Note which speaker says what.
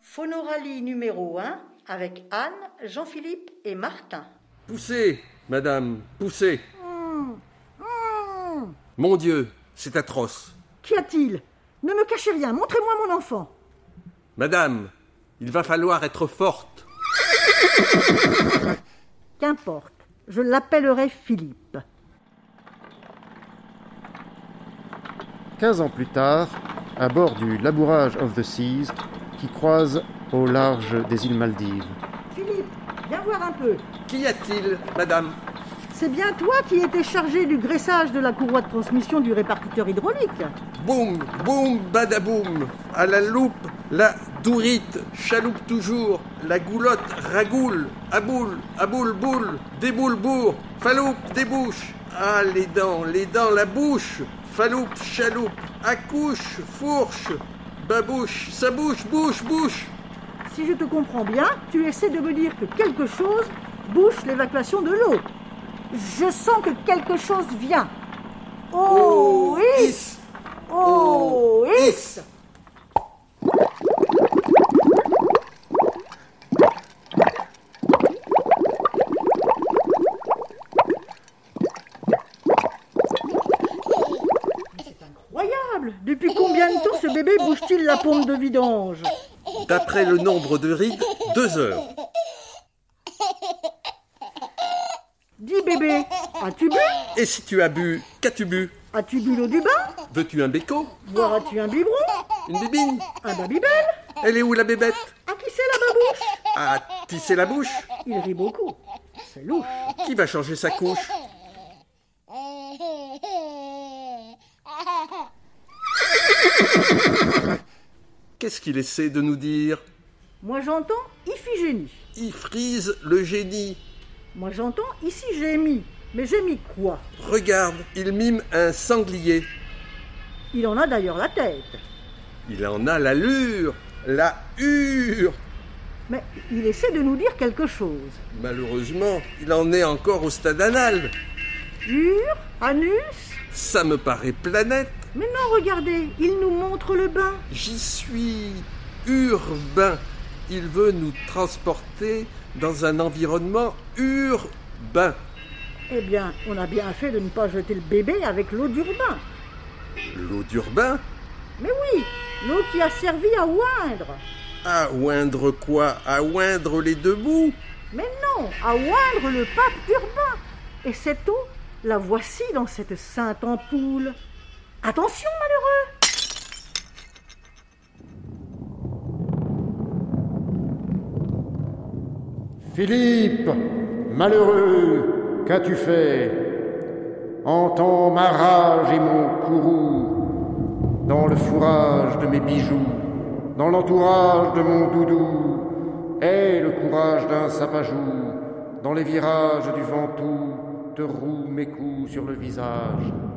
Speaker 1: Phonorally numéro 1 avec Anne, Jean-Philippe et Martin.
Speaker 2: Poussez, madame, poussez. Mon Dieu, c'est atroce.
Speaker 3: Qu'y a-t-il Ne me cachez rien, montrez-moi mon enfant.
Speaker 2: Madame, il va falloir être forte.
Speaker 3: Qu'importe, je l'appellerai Philippe.
Speaker 4: 15 ans plus tard, à bord du Labourage of the Seas, qui croise au large des îles Maldives.
Speaker 3: Philippe, viens voir un peu.
Speaker 2: Qu'y a-t-il, madame
Speaker 3: C'est bien toi qui étais chargé du graissage de la courroie de transmission du répartiteur hydraulique.
Speaker 2: Boum, boum, badaboum. À la loupe, la dourite, chaloupe toujours, la goulotte ragoule, à boule, à boule, boule, déboule, bourre, faloupe, débouche. Ah, les dents, les dents, la bouche, faloupe, chaloupe, accouche, fourche, babouche, sa bouche, bouche, bouche.
Speaker 3: Si je te comprends bien, tu essaies de me dire que quelque chose bouche l'évacuation de l'eau. Je sens que quelque chose vient. Oh, is Oh, is Incroyable Depuis combien de temps ce bébé bouge-t-il la pompe de vidange
Speaker 2: D'après le nombre de rides, deux heures.
Speaker 3: Dis bébé, as-tu bu
Speaker 2: Et si tu as bu, qu'as-tu bu
Speaker 3: As-tu bu l'eau du bain
Speaker 2: Veux-tu un béco
Speaker 3: Boiras-tu un biberon
Speaker 2: Une bibine
Speaker 3: Un babybel
Speaker 2: Elle est où la bébête
Speaker 3: À qui c'est la babouche
Speaker 2: À tisser la bouche
Speaker 3: Il rit beaucoup. C'est louche.
Speaker 2: Qui va changer sa couche Qu'est-ce qu'il essaie de nous dire
Speaker 3: Moi j'entends Iphigénie.
Speaker 2: Il frise le génie.
Speaker 3: Moi j'entends ici j'ai mis. Mais j'ai mis quoi
Speaker 2: Regarde, il mime un sanglier.
Speaker 3: Il en a d'ailleurs la tête.
Speaker 2: Il en a l'allure, la hure.
Speaker 3: Mais il essaie de nous dire quelque chose.
Speaker 2: Malheureusement, il en est encore au stade anal.
Speaker 3: Ur, anus
Speaker 2: Ça me paraît planète.
Speaker 3: Mais non, regardez, il nous montre le bain.
Speaker 2: J'y suis urbain. Il veut nous transporter dans un environnement urbain.
Speaker 3: Eh bien, on a bien fait de ne pas jeter le bébé avec l'eau du bain.
Speaker 2: L'eau d'urbain
Speaker 3: Mais oui, l'eau qui a servi à oindre.
Speaker 2: À oindre quoi À oindre les deux bouts
Speaker 3: Mais non, à oindre le pape urbain. Et cette eau, la voici dans cette sainte ampoule. Attention, malheureux
Speaker 4: Philippe, malheureux, qu'as-tu fait Entends ma rage et mon courroux dans le fourrage de mes bijoux, dans l'entourage de mon doudou, et le courage d'un sapajou, dans les virages du ventoux, te roue mes coups sur le visage.